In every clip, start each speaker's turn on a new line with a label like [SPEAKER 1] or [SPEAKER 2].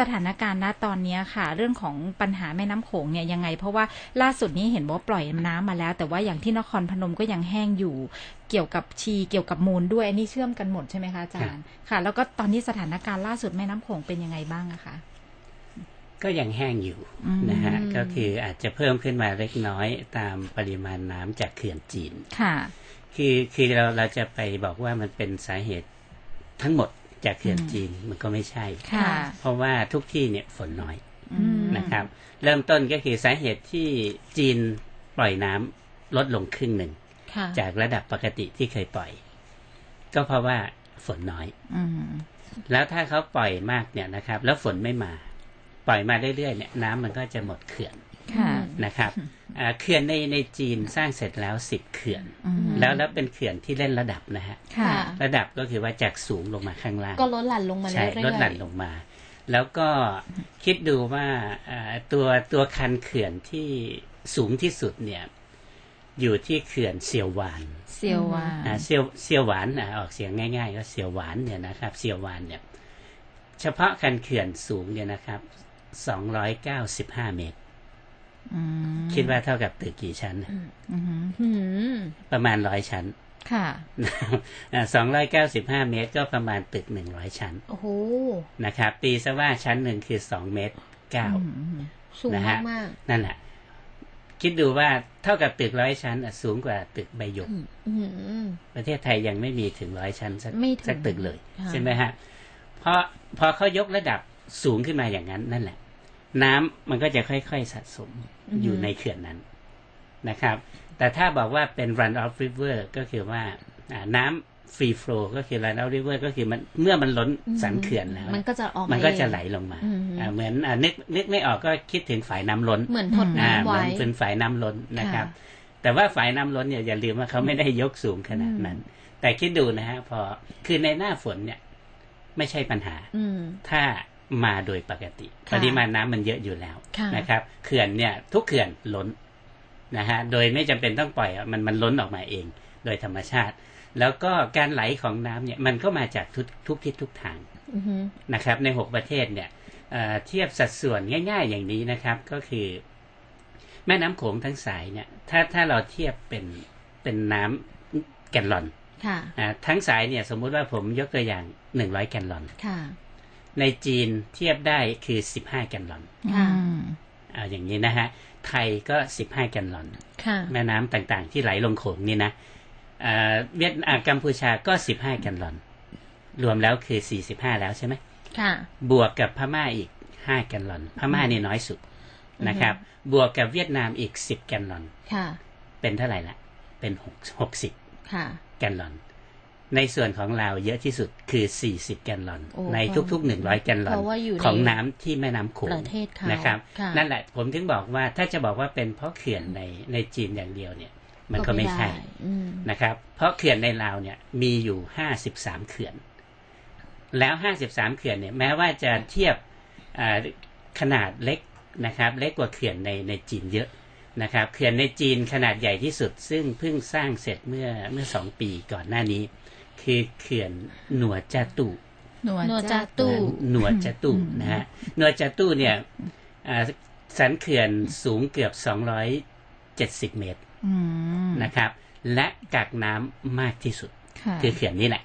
[SPEAKER 1] สถานการณ์ณตอนเนี้ยค่ะ เรื่องของปัญหาแม่น้ำโขงเนี่ยยังไง เพราะว่าล่าสุดนี้เห็นว่าปล่อยน้ำมาแล้ว แต่ว่าอย่างที่นครพนมก็ยังแห้งอยู่ เกี่ยวกับชีเกี่ยวกับมูลด้วยอันนี้เชื่อมกันหมดใช่ไหมคะอาจารย์ค่ะ แล้วก็ตอนนี้สถานการณ์ล่าสุดแม่น้ำโขงเป็นยังไงบ้างอะคะ
[SPEAKER 2] ก็ยังแห้งอยู่
[SPEAKER 1] อืม
[SPEAKER 2] นะฮะก็คืออาจจะเพิ่มขึ้นมาเล็กน้อยตามปริมาณน้ำจากเขื่อนจีน
[SPEAKER 1] ค่ะ
[SPEAKER 2] คือคือเราเราจะไปบอกว่ามันเป็นสาเหตุทั้งหมดจากเขื่อน
[SPEAKER 1] อืม
[SPEAKER 2] จีนมันก็ไม่ใช่
[SPEAKER 1] ค่ะ
[SPEAKER 2] เพราะว่าทุกที่เนี่ยฝนน้อย
[SPEAKER 1] อืม
[SPEAKER 2] นะครับ เริ่มต้นก็คือสาเหตุที่จีนปล่อยน้ำลดลงครึ่งหนึ่ง
[SPEAKER 1] ค่ะ
[SPEAKER 2] จากระดับปกติที่เคยปล่อย ก็เพราะว่าฝนน้อย
[SPEAKER 1] อืม
[SPEAKER 2] แล้วถ้าเขาปล่อยมากเนี่ยนะครับ แล้วฝนไม่มา ปล่อยมาเรื่อยๆเนี่ยน้ำมันก็จะหมดเขื่อน
[SPEAKER 1] ค่ะ
[SPEAKER 2] นะครับอ่าเขื่อนในในจีนสร้างเสร็จแล้วสิบเขื่อน
[SPEAKER 1] อืม
[SPEAKER 2] แล้วแล้วเป็นเขื่อนที่เล่นระดับนะฮะ
[SPEAKER 1] ค่ะ
[SPEAKER 2] ระดับก็คือว่าจากสูงลงมาข้างล่าง
[SPEAKER 3] ก็ลดหลั่นลงมาเรื่
[SPEAKER 2] ใช่
[SPEAKER 3] อยๆ
[SPEAKER 2] ลดหลั่นลงมา แล้วก็คิดดูว่าอ่าตัวตัวคันเขื่อนที่สูงที่สุดเนี่ยอยู่ที่เขื่อนเซียวหวาน
[SPEAKER 1] เซียววา
[SPEAKER 2] อ่าเซียวเซียวหวานอ่าออกเสียงง่ายๆก็เซียวหวานเนี่ยนะครับเซียวหวานเนี่ยเฉพาะคันเขื่อนสูงเนี่ยนะครับสองร้อยเก้าสิบห้าเมตร
[SPEAKER 1] อืม
[SPEAKER 2] คิดว่าเท่ากับตึกกี่ชั้นนะ
[SPEAKER 1] อืม
[SPEAKER 3] อืม
[SPEAKER 2] ประมาณร้อยชั้น
[SPEAKER 1] ค่ะ
[SPEAKER 2] สองร้อยเก้าสิบห้าเมตร ก็ประมาณตึกหนึ่งร้อยชั้น
[SPEAKER 3] โอ้โห
[SPEAKER 2] นะครับ ปีซะว่าชั้นหนึ่งคือสองเมตรเก้า
[SPEAKER 1] อืม
[SPEAKER 3] สูง
[SPEAKER 2] นะฮะ
[SPEAKER 3] มาก
[SPEAKER 2] นั่นแหละ คิดดูว่าเท่ากับตึกร้อยชั้นอ่ะสูงกว่าตึกใบหยก
[SPEAKER 3] ๆอืม
[SPEAKER 2] ประเทศไทยยังไม่มีถึงร้อยชั้นสัก
[SPEAKER 3] ไม่ถึง
[SPEAKER 2] สักตึกเลย
[SPEAKER 3] ค่ะ
[SPEAKER 2] ใช่ไหมฮะพอพอเขายกระดับสูงขึ้นมาอย่างนั้นนั่นแหละ น้ำมันก็จะค่อยๆสะสมอยู่ในเขื่อนนั้นนะครับ แต่ถ้าบอกว่าเป็น run off river ก็คือว่าอ่าน้ำ free flow ก็คือ run off river ก็คือมันเมื่อมันล้นสันเขื่อนแล้ว
[SPEAKER 3] มันก็จะออกา
[SPEAKER 2] มันก็จะ
[SPEAKER 3] เอง
[SPEAKER 2] ไหลลงมา
[SPEAKER 3] อืม
[SPEAKER 2] อ่าเหมือนอ่านึกนึกไม่ออกก็คิดถึงฝ่ายน้ำล้น
[SPEAKER 3] เหมือนทด
[SPEAKER 2] อ่ามั
[SPEAKER 3] น้ำไว้
[SPEAKER 2] นเป็นฝ่ายน้ำล้นนะครับ
[SPEAKER 3] ค่ะ
[SPEAKER 2] แต่ว่าฝ่ายน้ำล้นเนี่ยอย่าลืมว่าเขาไม่ได้ยกสูงขนาดนั้น แต่คิดดูนะฮะพอคือในหน้าฝนเนี่ย ไม่ใช่ปัญหา
[SPEAKER 3] อืม
[SPEAKER 2] ถ้ามาโดยปกติ
[SPEAKER 3] ค่ะ
[SPEAKER 2] ปริมาณน้ำมันเยอะอยู่แล้ว
[SPEAKER 3] ค่ะ
[SPEAKER 2] นะครับเขื่อนเนี่ย ทุกเขื่อนล้นนะฮะโดยไม่จำเป็นต้องปล่อยอ่ะมันมันล้นออกมาเอง โดยธรรมชาติ แล้วก็การไหลของน้ำเนี่ย มันก็มาจากทุกทุกทิศทุกทาง
[SPEAKER 3] อือหือ
[SPEAKER 2] นะครับใน 6 ประเทศเนี่ยเอ่อเทียบสัดส่วนง่ายๆอย่างนี้นะครับ ก็คือแม่น้ำโขงทั้งสายเนี่ยถ้าถ้าเราเทียบเป็นเป็นน้ำแกลลอน
[SPEAKER 3] ค่ะ
[SPEAKER 2] อ่าทั้งสายเนี่ยสมมุติว่าผมยกตัวอย่าง 100 แกลลอน
[SPEAKER 3] ค่ะ
[SPEAKER 2] ในจีนเทียบได้คือ 15 แกลลอน
[SPEAKER 1] อื
[SPEAKER 3] ค่ะ
[SPEAKER 1] ม
[SPEAKER 2] เอาอย่างนี้นะฮะไทยก็ 15 แกลลอน
[SPEAKER 3] ค่ะ
[SPEAKER 2] แม่น้ำต่างๆ ที่ไหลลงโขงนี่นะเอ่อเวียดอ่ากัมพูชาก็ 15 แกลลอน รวมแล้วคือ 45 แล้วใช่ไหม
[SPEAKER 3] ค่ะ
[SPEAKER 2] บวกกับพม่าอีกห้าแกนลอน พม่านี่น้อยสุดนะครับ บวกกับเวียดนามอีกสิบแกนลอน
[SPEAKER 3] ค่ะ
[SPEAKER 2] เป็นเท่าไหร่ละ เป็นหกหกสิบ
[SPEAKER 3] ค่ะ
[SPEAKER 2] แกนลอน ในส่วนของเราวเยอะที่สุดคือสี่สิบแกนลอน
[SPEAKER 3] โอ้
[SPEAKER 2] ในทุกๆหนึ่งร้อยแกนลอน
[SPEAKER 3] เพราะว่าอยู่ใน
[SPEAKER 2] ของน้ำที่แม่น้ำโขง
[SPEAKER 3] ประเทศเขา
[SPEAKER 2] นะครับ
[SPEAKER 3] ค่ะ
[SPEAKER 2] นั่นแหละผมถึงบอกว่าถ้าจะบอกว่าเป็นเพราะเขื่อนในในจีนอย่างเดียวเนี่ย มันก็ไม่ใช่
[SPEAKER 3] ด้อืม
[SPEAKER 2] นะครับ เพราะเขื่อนในลาวเนี่ยมีอยู่ห้าสิบสามเขื่อน แล้ว53เขื่อนเนี่ยแม้ว่าจะเทียบเอ่อขนาดเล็กนะครับ เล็กกว่าเขื่อนในในจีนเยอะนะครับเขื่อนในจีนขนาดใหญ่ที่สุด ซึ่งเพิ่งสร้างเสร็จเมื่อเมื่อสองปีก่อนหน้านี้ คือเขื่อนหนัวจาตุ
[SPEAKER 1] หน
[SPEAKER 3] หน
[SPEAKER 1] ว
[SPEAKER 3] ว
[SPEAKER 1] ด
[SPEAKER 3] ด
[SPEAKER 1] จา
[SPEAKER 3] จา
[SPEAKER 1] ตุ
[SPEAKER 3] ตุ
[SPEAKER 2] หนัวจาตุนะฮะหนัวจาตุเนี่ยเอ่อสันเขื่อนสูงเกือบ 270 เมตร
[SPEAKER 1] อืม
[SPEAKER 2] นะครับ และกักน้ำมากที่สุด
[SPEAKER 1] ค่ะ
[SPEAKER 2] คือเขื่อนนี้แหละ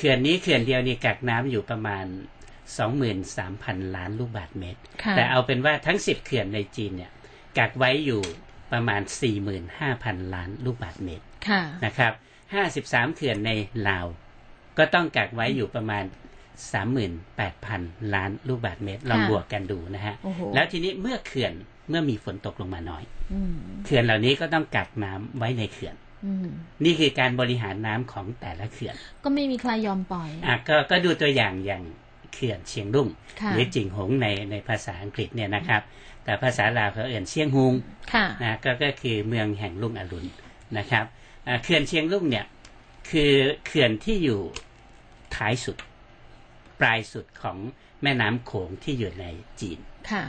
[SPEAKER 2] เขื่อนนี้เขื่อนเดียวนี่กักน้ำอยู่ประมาณ 23,000 ล้านลูกบาทเมตร
[SPEAKER 3] ค่ะ
[SPEAKER 2] แต่เอาเป็นว่าทั้ง 10 เขื่อนในจีนเนี่ยกักไว้อยู่ประมาณ 45,000 ล้านลูกบาทเมตร
[SPEAKER 3] ค่ะ
[SPEAKER 2] นะครับ 53 เขื่อนในลาว ก็ต้องกักไว้อยู่ประมาณ 38,000 ล้านลูกบาทเมตร ลอง
[SPEAKER 3] ค่ะ
[SPEAKER 2] บวกกันดูนะฮะ
[SPEAKER 3] โอ้โห
[SPEAKER 2] แล้วทีนี้เมื่อเขื่อนเมื่อมีฝนตกลงมาน้อย
[SPEAKER 3] อืม
[SPEAKER 2] เขื่อนเหล่านี้ก็ต้องกักน้ำไว้ในเขื่อน
[SPEAKER 3] อืม
[SPEAKER 2] นี่คือการบริหารน้ำของแต่ละเขื่อน
[SPEAKER 3] ก็ไม่มีใครยอมปล่อย
[SPEAKER 2] อ่ะก็ก็ดูตัวอย่างอย่างเขื่อนเชียงรุ่ง
[SPEAKER 3] ค่ะ
[SPEAKER 2] หรือจิงหงในในภาษาอังกฤษเนี่ยนะครับ แต่ภาษาลาวเขาเอ่ยนเชียงฮุง
[SPEAKER 3] ค่ะ
[SPEAKER 2] นะก็ก็คือเมืองแห่งรุ่งอรุณนะครับอ่ะเขื่อนเชียงรุ่งเนี่ยคือเขื่อนที่อยู่ท้ายสุด ปลายสุดของแม่น้ำโขงที่อยู่ในจีน
[SPEAKER 3] ค่ะ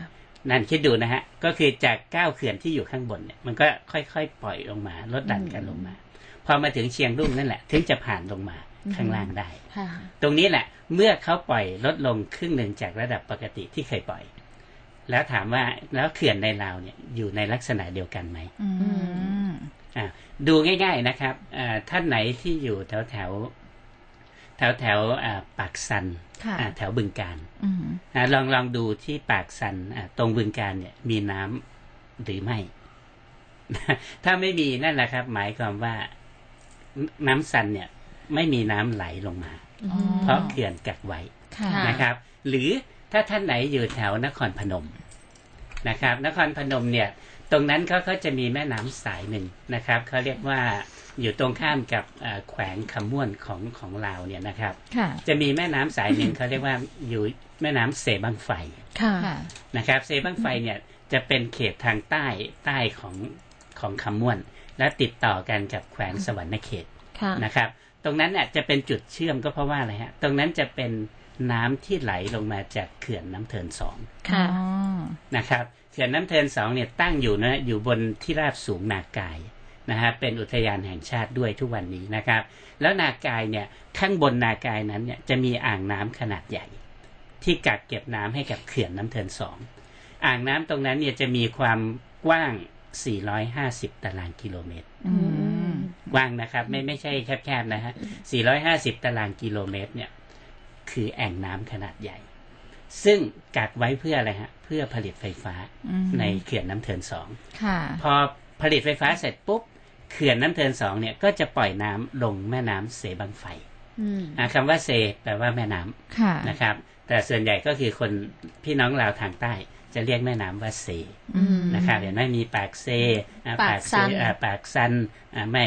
[SPEAKER 2] นั่นคิดดูนะฮะ ก็คือจากเก้าเขื่อนที่อยู่ข้างบนเนี่ย มันก็ค่อยๆ ปล่อยลงมา ลดดันกันลงมา พอมาถึงเชียงรุ่งนั่นแหละ ถึงจะผ่านลงมา ข้างล่างได้
[SPEAKER 3] ค่ะ
[SPEAKER 2] ตรงนี้แหละ เมื่อเขาปล่อยลดลงครึ่งหนึ่งจากระดับปกติที่เคยปล่อย แล้วถามว่าแล้วเขื่อนในลาวเนี่ยอยู่ในลักษณะเดียวกันไหม
[SPEAKER 1] อืม
[SPEAKER 2] อ่าดูง่าย ๆนะครับอ่าท่านไหนที่อยู่แถวแถวแถวแถวๆอ่าปากสัน
[SPEAKER 1] ค่ะ
[SPEAKER 2] อ่าแถวบึงการ
[SPEAKER 1] อืม
[SPEAKER 2] อ่าลองลองดูที่ปากสันอ่าตรงบึงการเนี่ยมีน้ำหรือไม่ ถ้าไม่มีนั่นแหละครับ หมายความว่าน้ำสันเนี่ย ไม่มีน้ำไหลลงมา เพราะเขื่อนกักไว้
[SPEAKER 1] ค่ะ
[SPEAKER 3] อ่าน
[SPEAKER 2] นะครับหรือถ้าท่านไหนอยู่แถวนครพนมนะครับ นครพนมเนี่ย ตรงนั้นเขาเขาจะมีแม่น้ำสายหนึ่งนะครับเขาเรียกว่าอยู่ตรงข้ามกับเอ่อแขวงขม่วนของของลาวเนี่ยนะครับ
[SPEAKER 1] ค่ะ
[SPEAKER 2] จะมีแม่น้ำสายหนึ่ งเขาเรียกว่าอยู่แม่น้ำเสบังไฟ
[SPEAKER 3] ค่ะ
[SPEAKER 1] ค่ะ
[SPEAKER 2] นะครับ เสบังไฟเนี่ยจะเป็นเขตทางใต้ใต้ของของขม่วน และติดต่อกันกับแขวงสวรรณเขต
[SPEAKER 3] ค่ะ
[SPEAKER 2] นะครับ ตรงนั้นน่ะจะเป็นจุดเชื่อมก็เพราะว่าอะไรฮะ ตรงนั้นจะเป็นน้ำที่ไหลลงมาจากเขื่อนน้ำเทินสอง
[SPEAKER 3] ค่ะ
[SPEAKER 1] อ๋อ
[SPEAKER 2] นะครับ เขื่อนน้ำเทินสองเนี่ยตั้งอยู่นะ อยู่บนที่ราบสูงนากายนะฮะ เป็นอุทยานแห่งชาติด้วยทุกวันนี้นะครับ แล้วนากายเนี่ยข้างบนนากายนั้นเนี่ยจะมีอ่างน้ำขนาดใหญ่ ที่กักเก็บน้ำให้กับเขื่อนน้ำเทินสอง อ่างน้ำตรงนั้นเนี่ยจะมีความกว้าง 450 ตารางกิโลเมตร
[SPEAKER 1] อืม
[SPEAKER 2] กว้างนะครับไม่ไม่ใช่แคบๆนะฮะ 450 ตารางกิโลเมตรเนี่ย คือแอ่งน้ำขนาดใหญ่ ซึ่งกักไว้เพื่ออะไรฮะ เพื่อผลิตไฟฟ้า
[SPEAKER 1] อืม
[SPEAKER 2] ในเขื่อนน้ำเทินสอง
[SPEAKER 1] ค่ะ
[SPEAKER 2] พอผลิตไฟฟ้าเสร็จปุ๊บเขื่อนน้ำเทินสองเนี่ยก็จะปล่อยน้ำลงแม่น้ำเสบังไฟ
[SPEAKER 3] อืม
[SPEAKER 2] อ่ะคำว่าเสแปลว่าแม่น้
[SPEAKER 1] ค่ะ
[SPEAKER 2] ำนะครับ แต่ส่วนใหญ่ก็คือคนพี่น้องลาวทางใต้ จะเรียกแม่น้ำว่าเส
[SPEAKER 1] อืม
[SPEAKER 2] นะครับเห็นไหมมีปากเซอ่ะ
[SPEAKER 3] ปากซัน
[SPEAKER 2] เซอ่ะปากซันอ่ะไม่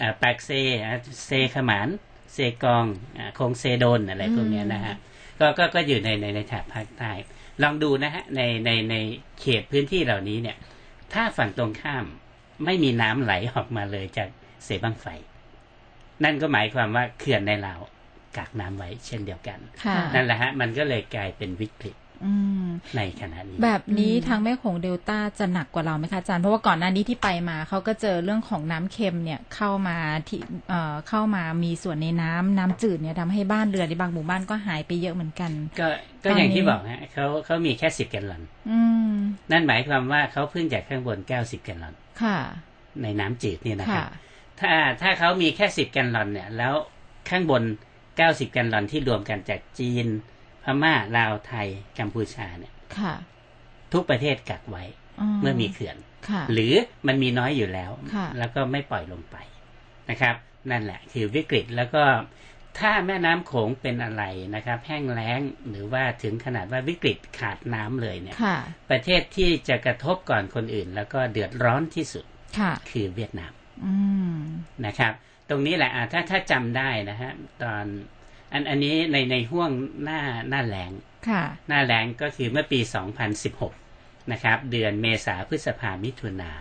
[SPEAKER 2] อ่ะปากเซอ่ะเซขมานเซกองอ่ะคงเซโดนอะไรพวกเนี้ยนะฮะก็ก็ก็อยู่ในในในแถบภาคใต้ ลองดูนะฮะในในในเขตพื้นที่เหล่านี้เนี่ย ถ้าฝั่งตรงข้ามไม่มีน้ำไหลออกมาเลยจากเสบังไฟ นั่นก็หมายความว่าเขื่อนในลาวกักน้ำไว้เช่นเดียวกัน
[SPEAKER 1] ค่ะ
[SPEAKER 2] นั่นแหละฮะมันก็เลยกลายเป็นวิกฤต
[SPEAKER 1] อืม
[SPEAKER 2] ในขณะนี้
[SPEAKER 1] แบบนี้
[SPEAKER 3] อืม
[SPEAKER 1] ทางแม่โขงเดลต้าจะหนักกว่าเราไหมคะอาจารย์ เพราะว่าก่อนหน้านี้ที่ไปมาเขาก็เจอเรื่องของน้ำเค็มเนี่ยเข้ามาที่เอ่อเข้ามามีส่วนในน้ำน้ำจืดเนี่ยทำให้บ้านเรือนในบางหมู่บ้านก็หายไปเยอะเหมือนกัน
[SPEAKER 2] ก็ก็
[SPEAKER 1] ตอน
[SPEAKER 2] อย่าง
[SPEAKER 1] นี้
[SPEAKER 2] ที่บอกฮะเขาเขามีแค่สิบแกลลอน
[SPEAKER 1] อืม
[SPEAKER 2] นั่นหมายความว่าเขาเพิ่งจากข้างบน 90 แกลลอน
[SPEAKER 1] ค่ะ
[SPEAKER 2] ในน้ำจืดเนี่ยนะค
[SPEAKER 1] ค่ะ
[SPEAKER 2] รับถ้าถ้าเขามีแค่ 10 แกลลอนเนี่ย แล้วข้างบน 90 แกลลอนที่รวมกันจากจีน พม่าลาวไทยกัมพูชาเนี่ย
[SPEAKER 1] ค่ะ
[SPEAKER 2] ทุกประเทศกักไว้เมื่อมีเขื่อน
[SPEAKER 1] ค่ะ
[SPEAKER 2] หรือมันมีน้อยอยู่แล้ว
[SPEAKER 1] ค่ะ
[SPEAKER 2] แล้วก็ไม่ปล่อยลงไปนะครับ นั่นแหละคือวิกฤตแล้วก็ถ้าแม่น้ำโขงเป็นอะไรนะครับ แห้งแล้งหรือว่าถึงขนาดว่าวิกฤตขาดน้ำเลยเนี่ย
[SPEAKER 1] ค่ะ
[SPEAKER 2] ประเทศที่จะกระทบก่อนคนอื่น แล้วก็เดือดร้อนที่สุด
[SPEAKER 1] ค่ะ
[SPEAKER 2] คือเวียดนาม
[SPEAKER 1] อืม
[SPEAKER 2] นะครับ ตรงนี้แหละอ่ะถ้าถ้าจำได้นะฮะตอนอันอันนี้ในในห่วงหน้าหน้าแรง
[SPEAKER 1] ค่ะ
[SPEAKER 2] หน้าแรงก็คือเมื่อปี 2016 นะครับ เดือนเมษาพฤษภามิถุนา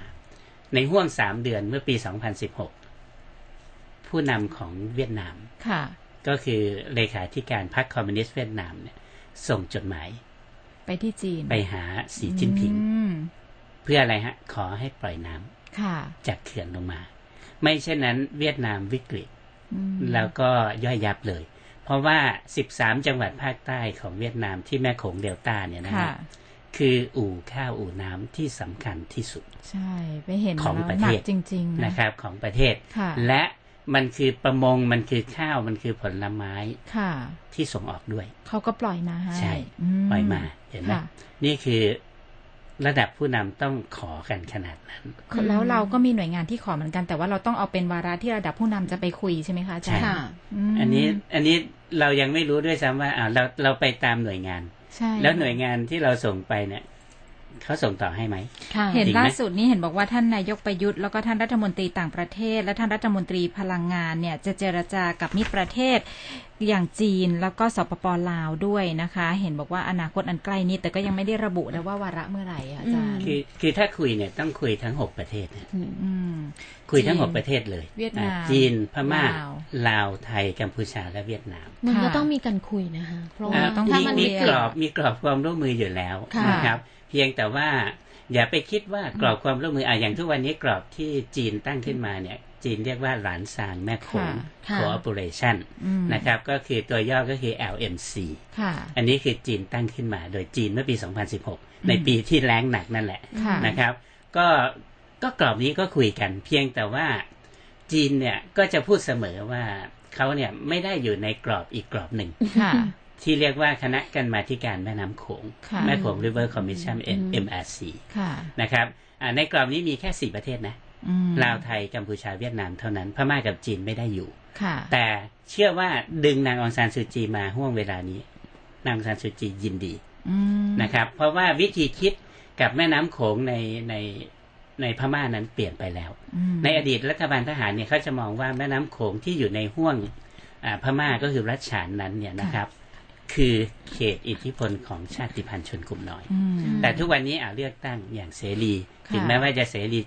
[SPEAKER 2] ในห่วง 3 เดือนเมื่อปี 2016 ผู้นำของเวียดนาม
[SPEAKER 1] ค่ะ
[SPEAKER 2] ก็คือเลขาธิการพรรคคอมมิวนิสต์เวียดนามเนี่ยส่งจดหมาย
[SPEAKER 1] ไปที่จีน
[SPEAKER 2] ไปหาสีจิ้นผิง
[SPEAKER 1] อืม
[SPEAKER 2] เพื่ออะไรฮะ ขอให้ปล่อยน้ำ
[SPEAKER 1] ค่ะ
[SPEAKER 2] จากเขื่อนลงมา ไม่เช่นนั้นเวียดนามวิกฤต
[SPEAKER 1] อืม
[SPEAKER 2] แล้วก็ย่อยยับเลย เพราะว่า 13 จังหวัดภาคใต้ของเวียดนามที่แม่โขงเดลต้าเนี่ยนะ
[SPEAKER 1] ค่ะ
[SPEAKER 2] ฮะคืออู่ข้าวอู่น้ำที่สำคัญที่สุด
[SPEAKER 1] ใช่ ไปเห็น
[SPEAKER 2] ของ
[SPEAKER 1] แล้ว
[SPEAKER 2] ประ
[SPEAKER 1] ห
[SPEAKER 2] เท
[SPEAKER 1] นั
[SPEAKER 2] ศ
[SPEAKER 1] จริง ๆ
[SPEAKER 2] นะครับของประเทศ
[SPEAKER 1] ค่ะ
[SPEAKER 2] และมันคือประมงมันคือข้าวมันคือผลไม้
[SPEAKER 1] ค่ะ
[SPEAKER 2] ที่ส่งออกด้วย
[SPEAKER 1] เขาก็ปล่อยมาให้
[SPEAKER 2] ใช่
[SPEAKER 1] ม
[SPEAKER 2] ปล่อยมาเห็นไหม
[SPEAKER 1] ค่ะ
[SPEAKER 2] นี่คือระดับผู้นำต้องขอกันขนาดนั้น
[SPEAKER 1] แล้วเราก็มีหน่วยงานที่ขอเหมือนกัน แต่ว่าเราต้องเอาเป็นวาระที่ระดับผู้นำจะไปคุยใช่ไหมคะอาจารย์
[SPEAKER 2] ใช่
[SPEAKER 3] ค่ะ
[SPEAKER 1] ม
[SPEAKER 2] อันนี้อันนี้เรายังไม่รู้ด้วยซ้ำว่าอ่าเราเราไปตามหน่วยงาน
[SPEAKER 1] ใช่
[SPEAKER 2] แล้วหน่วยงานที่เราส่งไปเนี่ยเขาส่งต่อให้ไหม
[SPEAKER 3] ค่ะ
[SPEAKER 1] เห็น
[SPEAKER 2] จริงไหม
[SPEAKER 1] ล่าสุดนี้เห็นบอกว่าท่านนายกประยุทธ์แล้วก็ท่านรัฐมนตรีต่างประเทศ และท่านรัฐมนตรีพลังงานเนี่ยจะเจรจากับมิตรประเทศ อย่างจีนแล้วก็สปปลาวด้วยนะคะ เห็นบอกว่าอนาคตอันใกล้นี้แต่ก็ยังไม่ได้ระบุนะว่าวาระเมื่อไหร่อะอาจารย์
[SPEAKER 2] คือคือถ้าคุยเนี่ยต้องคุยทั้งหกประเทศนะ
[SPEAKER 1] อืม
[SPEAKER 2] คุยทั้ง
[SPEAKER 3] จีน
[SPEAKER 2] หกประเทศเลย
[SPEAKER 1] เวียดนาม
[SPEAKER 2] อ่ะจีนพม่า
[SPEAKER 1] ลาว
[SPEAKER 2] ลาวไทยกัมพูชาและเวียดนาม
[SPEAKER 3] มันก็
[SPEAKER 1] ค่ะ
[SPEAKER 3] ต้องมีการคุยนะคะเพราะ
[SPEAKER 1] อ่
[SPEAKER 3] ว่า
[SPEAKER 1] ต้อง
[SPEAKER 3] ถ้า
[SPEAKER 2] มี
[SPEAKER 3] มัน
[SPEAKER 2] มี
[SPEAKER 3] วิ
[SPEAKER 2] ก
[SPEAKER 3] ฤ
[SPEAKER 2] ร
[SPEAKER 3] ต
[SPEAKER 2] อบมีกรอบความร่วมมืออยู่แล้ว
[SPEAKER 3] ค่ะ
[SPEAKER 2] นะครับ เพียงแต่ว่าอย่าไปคิดว่ากรอบความร่วมมืออ่ะอย่างทุกวันนี้กรอบที่จีนตั้งขึ้นมาเนี่ย จีนเรียกว่าหลานซานแม่โขง
[SPEAKER 3] ค่ะ
[SPEAKER 2] Cooperation
[SPEAKER 1] อืม
[SPEAKER 2] นะครับก็คือตัวย่อก็คือ LMC
[SPEAKER 1] ค่ะ
[SPEAKER 2] อันนี้คือจีนตั้งขึ้นมา โดยจีนเมื่อปี 2016 ในปีที่แรงหนักนั่นแหละ
[SPEAKER 1] ค่ะ
[SPEAKER 2] นะครับก็ก็กรอบนี้ก็คุยกันเพียงแต่ว่าจีนเนี่ยก็จะพูดเสมอว่าเขาเนี่ยไม่ได้อยู่ในกรอบอีกกรอบหนึ่ง
[SPEAKER 1] ค่ะ
[SPEAKER 2] ที่เรียกว่าคณะกรรมาธิการแม่น้ำโขง
[SPEAKER 1] ค่ะ
[SPEAKER 2] แม่โขง River Commission
[SPEAKER 3] อืม
[SPEAKER 2] MRC
[SPEAKER 1] ค่ะ
[SPEAKER 2] นะครับอ่าในกรอบนี้มีแค่ 4 ประเทศนะ
[SPEAKER 1] อืม
[SPEAKER 2] ลาวไทยกัมพูชาเวียดนามเท่านั้นพม่ากับจีนไม่ได้อยู่
[SPEAKER 1] ค่ะ
[SPEAKER 2] แต่เชื่อว่าดึงนางองซานซูจีมาห่วงเวลานี้ นางองซานซูจียินดี
[SPEAKER 1] อืม
[SPEAKER 2] นะครับเพราะว่าวิธีคิดกับแม่น้ำโขงในในในพม่านั้นเปลี่ยนไปแล้ว
[SPEAKER 1] อืม
[SPEAKER 2] ในอดีตรัฐบาลทหารเนี่ยเขาจะมองว่าแม่น้ำโขงที่อยู่ในห่วงอ่าพม่าก็คือรัชฉานนั้นเนี่ยนะครับ คือเขตอิทธิพลของชาติพันธุ์ชนกลุ่มน้อย
[SPEAKER 1] อืม
[SPEAKER 2] แต่ทุกวันนี้อาเลือกตั้งอย่างเสรี
[SPEAKER 1] ค่ะ
[SPEAKER 2] ถึงแม้ว่าจะเสรี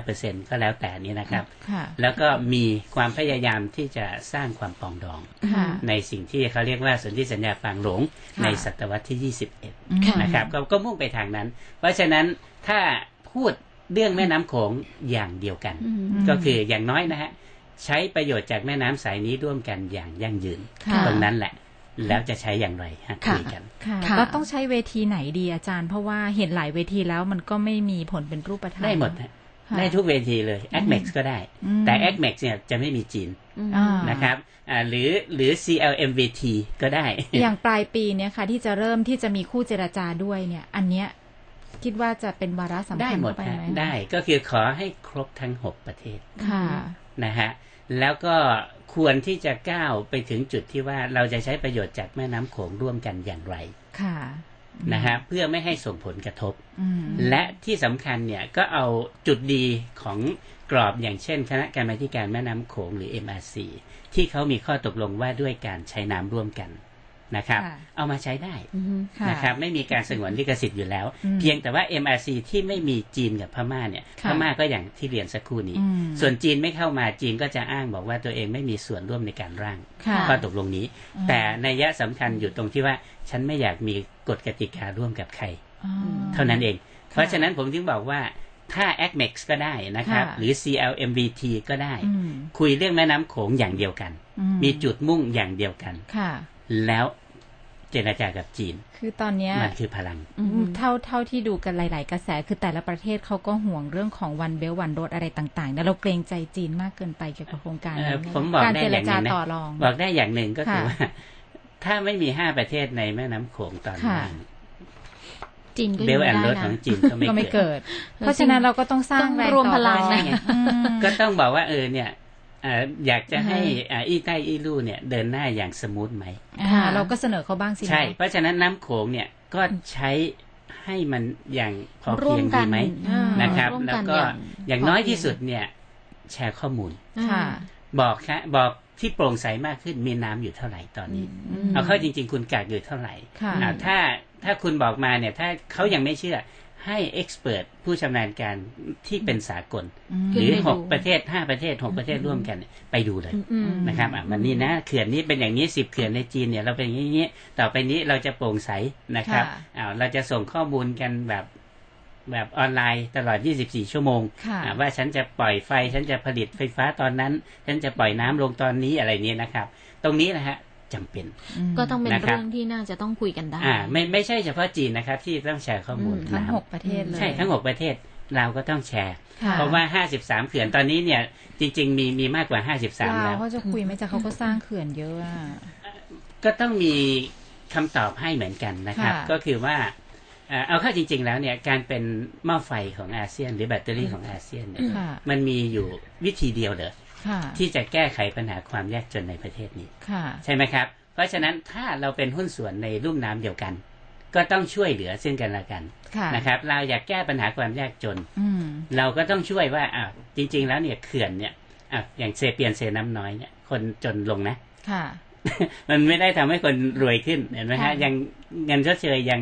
[SPEAKER 2] 75%ก็แล้วแต่นี้นะครับ
[SPEAKER 1] ค่ะ
[SPEAKER 2] แล้วก็มีความพยายามที่จะสร้างความปรองดอง
[SPEAKER 1] ค่ะ
[SPEAKER 2] ในสิ่งที่เขาเรียกว่าสนธิสัญญาปางหลง
[SPEAKER 1] ค่ะ
[SPEAKER 2] ในศตวรรษที่ 21
[SPEAKER 3] ค่ะ
[SPEAKER 2] นะครับก็ก็มุ่งไปทางนั้น เพราะฉะนั้นถ้าพูดเรื่องแม่น้ำโขงอย่างเดียวกัน
[SPEAKER 3] อืม
[SPEAKER 2] ก็คืออย่างน้อยนะฮะ ใช้ประโยชน์จากแม่น้ำสายนี้ร่วมกันอย่างยั่งยืน
[SPEAKER 1] ค่ะ
[SPEAKER 2] ตรงนั้นแหละ แล้วจะใช้อย่างไรฮะ
[SPEAKER 3] ค่ะ
[SPEAKER 2] คุยกัน
[SPEAKER 1] ค่ะ
[SPEAKER 3] ค่ะ
[SPEAKER 1] แล้วต้องใช้เวทีไหนดีอาจารย์ เพราะว่าเห็นหลายเวทีแล้วมันก็ไม่มีผลเป็นรูปธรรม
[SPEAKER 2] ได้หมดฮะ
[SPEAKER 1] ค่ะ
[SPEAKER 2] ได้ทุกเวทีเลย a c m e x ก็ได้
[SPEAKER 1] อืม
[SPEAKER 2] แต่ a c m e x เนี่ยจะไม่มีจีน
[SPEAKER 3] อืม
[SPEAKER 1] อ่า
[SPEAKER 2] นะครับอ่าหรือหรือ CLMVT ก็ได้
[SPEAKER 1] อย่างปลายปีเนี่ยค่ะ ที่จะเริ่มที่จะมีคู่เจรจาด้วยเนี่ย อันเนี้ยคิดว่าจะเป็นวาระสำ
[SPEAKER 2] ได้
[SPEAKER 1] คัญ
[SPEAKER 2] หมด
[SPEAKER 1] เข้าไป
[SPEAKER 2] ฮะ
[SPEAKER 1] ไหม
[SPEAKER 2] ได้ก็คือขอให้ครบทั้ง 6 ประเทศ
[SPEAKER 1] ค่ะ
[SPEAKER 2] นะฮะแล้วก็ควรที่จะก้าวไปถึงจุดที่ว่าเราจะใช้ประโยชน์จากแม่น้ำโขงร่วมกันอย่างไร
[SPEAKER 1] ค่ะ
[SPEAKER 2] นะฮะเพื่อไม่ให้ส่งผลกระทบ
[SPEAKER 1] อืม
[SPEAKER 2] และที่สำคัญเนี่ยก็เอาจุดดีของกรอบอย่างเช่น คณะกรรมาธิการแม่น้ำโขงหรือ MRC ที่เขามีข้อตกลงว่าด้วยการใช้น้ำร่วมกันนะครับ
[SPEAKER 1] ค่ะ
[SPEAKER 2] เอามาใช้ได้
[SPEAKER 3] อืม
[SPEAKER 1] ค่ะ
[SPEAKER 2] นะครับไม่มีการสงวนลิขสิทธิ์อยู่แล้ว
[SPEAKER 1] อืม
[SPEAKER 2] เพียงแต่ว่า MRC ที่ไม่มีจีนกับพม่าเนี่ย
[SPEAKER 1] ค่ะ
[SPEAKER 2] พม่าก็อย่างที่เรียนสักครู่นี้
[SPEAKER 1] อืม
[SPEAKER 2] ส่วนจีนไม่เข้ามาจีนก็จะอ้างบอกว่าตัวเองไม่มีส่วนร่วมในการร่าง
[SPEAKER 1] ค่ะ
[SPEAKER 2] ข้อตกลงนี้
[SPEAKER 1] อืม
[SPEAKER 2] แต่ในยยะสำคัญอยู่ตรงที่ว่าฉันไม่อยากมีกฎกติการ่วมกับใคร
[SPEAKER 1] อ๋อ
[SPEAKER 2] เท่านั้นเอง เพราะฉะนั้นผมถึงบอกว่าถ้า a c m e x ก็ได้นะครับ
[SPEAKER 1] ค่ะ
[SPEAKER 2] หรือ CLMVT ก็ได้
[SPEAKER 1] อืม
[SPEAKER 2] คุยเรื่องแม่น้ำโขงอย่างเดียวกัน
[SPEAKER 1] อื
[SPEAKER 2] มีจุดมุ่งอย่างเดียวกัน
[SPEAKER 1] ค่ะ
[SPEAKER 2] แล้วเจรจากับจีน
[SPEAKER 1] คือตอนเนี้ย
[SPEAKER 2] มันคือพลัง
[SPEAKER 1] อืมเท่าเท่าที่ดูกันหลาย ๆ กระแสคือแต่ละประเทศเขาก็ห่วงเรื่องของวันเบลวันโรดอะไรต่างๆนะเราเกรงใจจีนมากเกินไปเกี่ยวกับโครงการนี้
[SPEAKER 2] เอ่อ
[SPEAKER 1] นะ
[SPEAKER 2] ผมบอก
[SPEAKER 1] การ
[SPEAKER 2] ได้
[SPEAKER 1] เจ
[SPEAKER 2] อ
[SPEAKER 1] ร
[SPEAKER 2] ย่างห
[SPEAKER 1] จา
[SPEAKER 2] นึ่งนะ
[SPEAKER 1] ต่อรอง
[SPEAKER 2] บอกได้อย่างหนึ่งก็คือ
[SPEAKER 1] ค่ะ
[SPEAKER 2] ว่า ถ้าไม่มีห้าประเทศในแม่น้ำโขงตอน
[SPEAKER 1] ค่ะ
[SPEAKER 2] ล่าง
[SPEAKER 3] จีนก็
[SPEAKER 2] เบลแอน
[SPEAKER 3] ยู่
[SPEAKER 2] ด์โรด
[SPEAKER 3] ได้
[SPEAKER 2] ของ
[SPEAKER 3] นะ
[SPEAKER 2] จีนก็
[SPEAKER 1] ก็
[SPEAKER 2] ไม่
[SPEAKER 1] ไม่
[SPEAKER 2] เกิด
[SPEAKER 1] เกิด เพราะฉะนั้นเราก็ต้องสร้างแรง
[SPEAKER 3] ต้องรวมพลัง
[SPEAKER 1] ต่อรอ
[SPEAKER 3] นะ
[SPEAKER 1] ไอืม
[SPEAKER 2] ก็ต้องบอกว่าเออเนี่ยเอ่ออยากจะให้
[SPEAKER 3] อือฮะ
[SPEAKER 2] อ่าอี้ใต้อี้ลู่เนี่ยเดินหน้าอย่างสมูทไหม
[SPEAKER 1] อ่าเราก็เสนอเขาบ้างสิ
[SPEAKER 2] ใช่ เพราะฉะนั้นน้ำโขงเนี่ยก็ใช้ให้มันอย่างพอ
[SPEAKER 3] ร่ว
[SPEAKER 2] เพีย
[SPEAKER 3] ม
[SPEAKER 2] ง
[SPEAKER 3] กั
[SPEAKER 2] ดี
[SPEAKER 3] น
[SPEAKER 2] ไหม
[SPEAKER 3] อ่า
[SPEAKER 2] นะครับ
[SPEAKER 3] วม
[SPEAKER 2] แล้ว
[SPEAKER 3] น
[SPEAKER 2] ก็
[SPEAKER 3] อย่าง
[SPEAKER 2] อย่างน้อยที่สุดเนี่ยแชร์ข้อมูล
[SPEAKER 1] ค่ะ
[SPEAKER 2] บอกคะบอกที่โปร่งใสมากขึ้นมีน้ำอยู่เท่าไหร่ตอนนี้
[SPEAKER 3] ม
[SPEAKER 2] เอาเข้าจริง ๆ คุณกากอยู่เท่าไหร่
[SPEAKER 1] ค่ะ
[SPEAKER 2] อ่าถ้าถ้าคุณบอกมาเนี่ยถ้าเขายังไม่เชื่อให้เอ็กซ์เพรสผู้ชำนาญการที่เป็นสากล
[SPEAKER 1] ม
[SPEAKER 2] หรือ
[SPEAKER 3] ขึ้นไป
[SPEAKER 2] หก
[SPEAKER 3] ดู
[SPEAKER 2] ประเทศห้าประเทศหกประเทศร่วมกันเนี่ยไปดูเลย
[SPEAKER 3] อืมอืม
[SPEAKER 1] ม
[SPEAKER 2] นะครับอ่ะมันนี่นะเขื่อนนี้เป็นอย่างนี้สิบเขื่อนในจีนเนี่ยเราเป็นอย่างนี้ต่อไปนี้เราจะโปร่งใสนะครับ
[SPEAKER 1] ค่ะ
[SPEAKER 2] อ้าวเราจะส่งข้อมูลกันแบบแบบออนไลน์ตลอด 24 ชั่วโมง
[SPEAKER 1] ค่ะ
[SPEAKER 2] อ่ะว่าฉันจะปล่อยไฟ ฉันจะผลิตไฟฟ้าตอนนั้น ฉันจะปล่อยน้ำลงตอนนี้อะไรเนี้นะครับ ตรงนี้นะฮะจำเป็น
[SPEAKER 3] ก็ต้องเป็น
[SPEAKER 2] นะครับ
[SPEAKER 3] เรื่องที่น่าจะต้องคุยกันได้
[SPEAKER 2] อ่าไม่ไม่ใช่เฉพาะจีนนะครับ ที่ต้องแชร์ข้อมูล
[SPEAKER 3] อืม
[SPEAKER 1] ทั้งหก
[SPEAKER 2] น้ำ
[SPEAKER 1] ประเทศเลย
[SPEAKER 2] ใช่ทั้งหกประเทศเราก็ต้องแชร์
[SPEAKER 1] ค่
[SPEAKER 2] เพราะว่า 53 เขื่อนตอนนี้เนี่ย จริง ๆ มีมีมากกว่า
[SPEAKER 1] ลา
[SPEAKER 2] 53
[SPEAKER 1] ว
[SPEAKER 2] แล้ว
[SPEAKER 1] เขาจะคุยไหมจะเขาก็สร้างเขื่อนเยอะอะ
[SPEAKER 2] ก็ต้องมีคำตอบให้เหมือนกันนะครับ
[SPEAKER 1] ค่ะ
[SPEAKER 2] ก็คือว่าเอ่อเอาเข้าจริง ๆ แล้วเนี่ย การเป็นหม้อไฟของอาเซียน หรือแบตเตอรี่ของอาเซียนเนี่ย
[SPEAKER 1] ค่ะ
[SPEAKER 2] มันมีอยู่วิธีเดียวเหรอ
[SPEAKER 1] ค่ะ
[SPEAKER 2] ที่จะแก้ไขปัญหาความยากจนในประเทศนี้
[SPEAKER 1] ค่ะ
[SPEAKER 2] ใช่ไหมครับ เพราะฉะนั้นถ้าเราเป็นหุ้นส่วนในรุ่มน้ำเดียวกัน ก็ต้องช่วยเหลือซึ่งกันและกัน
[SPEAKER 1] ค่ะ
[SPEAKER 2] นะครับเราอยากแก้ปัญหาความยากจน
[SPEAKER 1] อืม
[SPEAKER 2] เราก็ต้องช่วยว่าอ่าวจริง ๆ แล้วเนี่ยเขื่อนเนี่ยอ่ะอย่างเซเปียนเซน้ำน้อยเนี่ยคนจนลงนะ
[SPEAKER 1] ค่ะ
[SPEAKER 2] มันไม่ได้ทำให้คนรวยขึ้นเห็นไหม
[SPEAKER 1] ค่ะ
[SPEAKER 2] ฮะยังเงินชดเชยยัง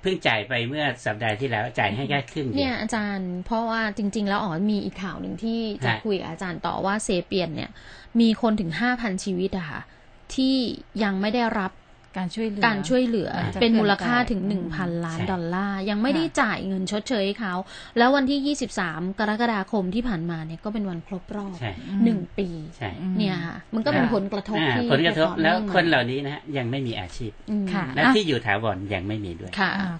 [SPEAKER 2] เพิ่งจ่ายไปเมื่อสัปดาห์ที่แล้วจ่ายให้แค่ครึ่งดีว
[SPEAKER 3] เนี่ยอาจารย์เพราะว่าจริง ๆ แล้วอ๋อมีอีกข่าวหนึ่งที่จะ
[SPEAKER 2] ฮะ
[SPEAKER 3] คุยกับอาจารย์ต่อว่าเซเปียนเนี่ย มีคนถึงห้าพันชีวิตอะค่ะที่ยังไม่ได้รับ
[SPEAKER 1] การช่วยเหลือ
[SPEAKER 3] การช่วยเหลือ
[SPEAKER 1] อาจจะ
[SPEAKER 3] เป็นมูลค่าถึง
[SPEAKER 1] เกินไป
[SPEAKER 3] 1,000 ล้าน
[SPEAKER 2] ใช่
[SPEAKER 3] ดอลลาร์ ยังไม่ได้จ่ายเงินชดเชยให้เขา แล้ววันที่ 23 กรกฎาคมที่ผ่านมาเนี่ยก็เป็นวันครบรอบ
[SPEAKER 2] ใช่
[SPEAKER 3] หนึ่งปี
[SPEAKER 2] ใช่
[SPEAKER 1] อืม
[SPEAKER 3] เนี่ยค่ะมันก็เป็น
[SPEAKER 1] อ่า
[SPEAKER 3] ผลกระทบ
[SPEAKER 2] อ่า
[SPEAKER 3] ที่
[SPEAKER 2] ผลกระทบ
[SPEAKER 3] ต่อ
[SPEAKER 2] แล้ว
[SPEAKER 3] องมา
[SPEAKER 2] คนเหล่านี้นะฮะยังไม่มีอาชีพ
[SPEAKER 3] อืม
[SPEAKER 1] ค่ะ
[SPEAKER 2] และ
[SPEAKER 3] อ่
[SPEAKER 2] ที่อยู่ถาวรยังไม่มีด้วย
[SPEAKER 3] ค่ะ
[SPEAKER 1] อ่า